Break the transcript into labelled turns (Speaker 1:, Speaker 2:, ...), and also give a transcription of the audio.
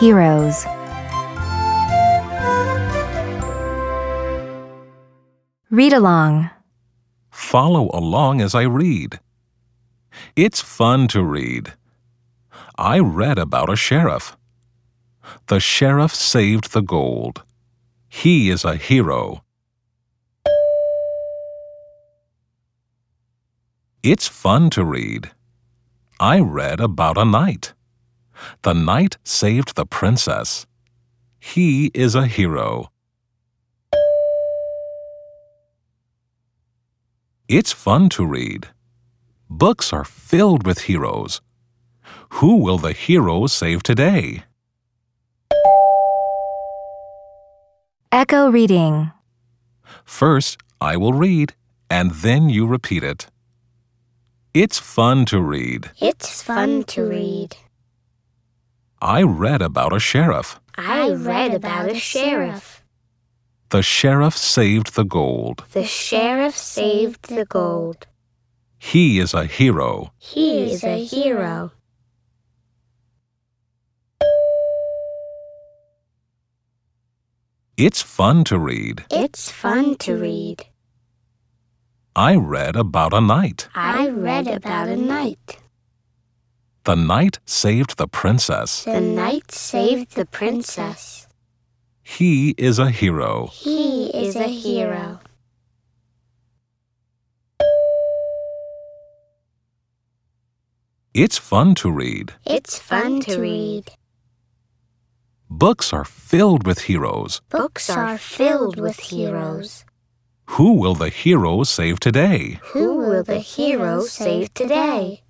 Speaker 1: heroes. Read along.
Speaker 2: Follow along as I read. It's fun to read. I read about a sheriff. The sheriff saved the gold. He is a hero. It's fun to read. I read about a knight. The knight saved the princess. He is a hero. It's fun to read. Books are filled with heroes. Who will the hero save today?
Speaker 1: Echo reading.
Speaker 2: First, I will read, and then you repeat it. It's fun to read.
Speaker 3: It's fun to read.
Speaker 2: I read about a sheriff.
Speaker 3: I read about a sheriff.
Speaker 2: The sheriff saved the gold.
Speaker 3: The sheriff saved the gold.
Speaker 2: He is a hero.
Speaker 3: He is a hero.
Speaker 2: It's fun to read.
Speaker 3: It's fun to read.
Speaker 2: I read about a knight.
Speaker 3: I read about a knight.
Speaker 2: The knight saved the princess.
Speaker 3: The knight saved the princess.
Speaker 2: He is a hero.
Speaker 3: He is a hero.
Speaker 2: It's fun to read.
Speaker 3: It's fun to read.
Speaker 2: Books are filled with heroes.
Speaker 3: Books are filled with heroes.
Speaker 2: Who will the hero save today?
Speaker 3: Who will the hero save today?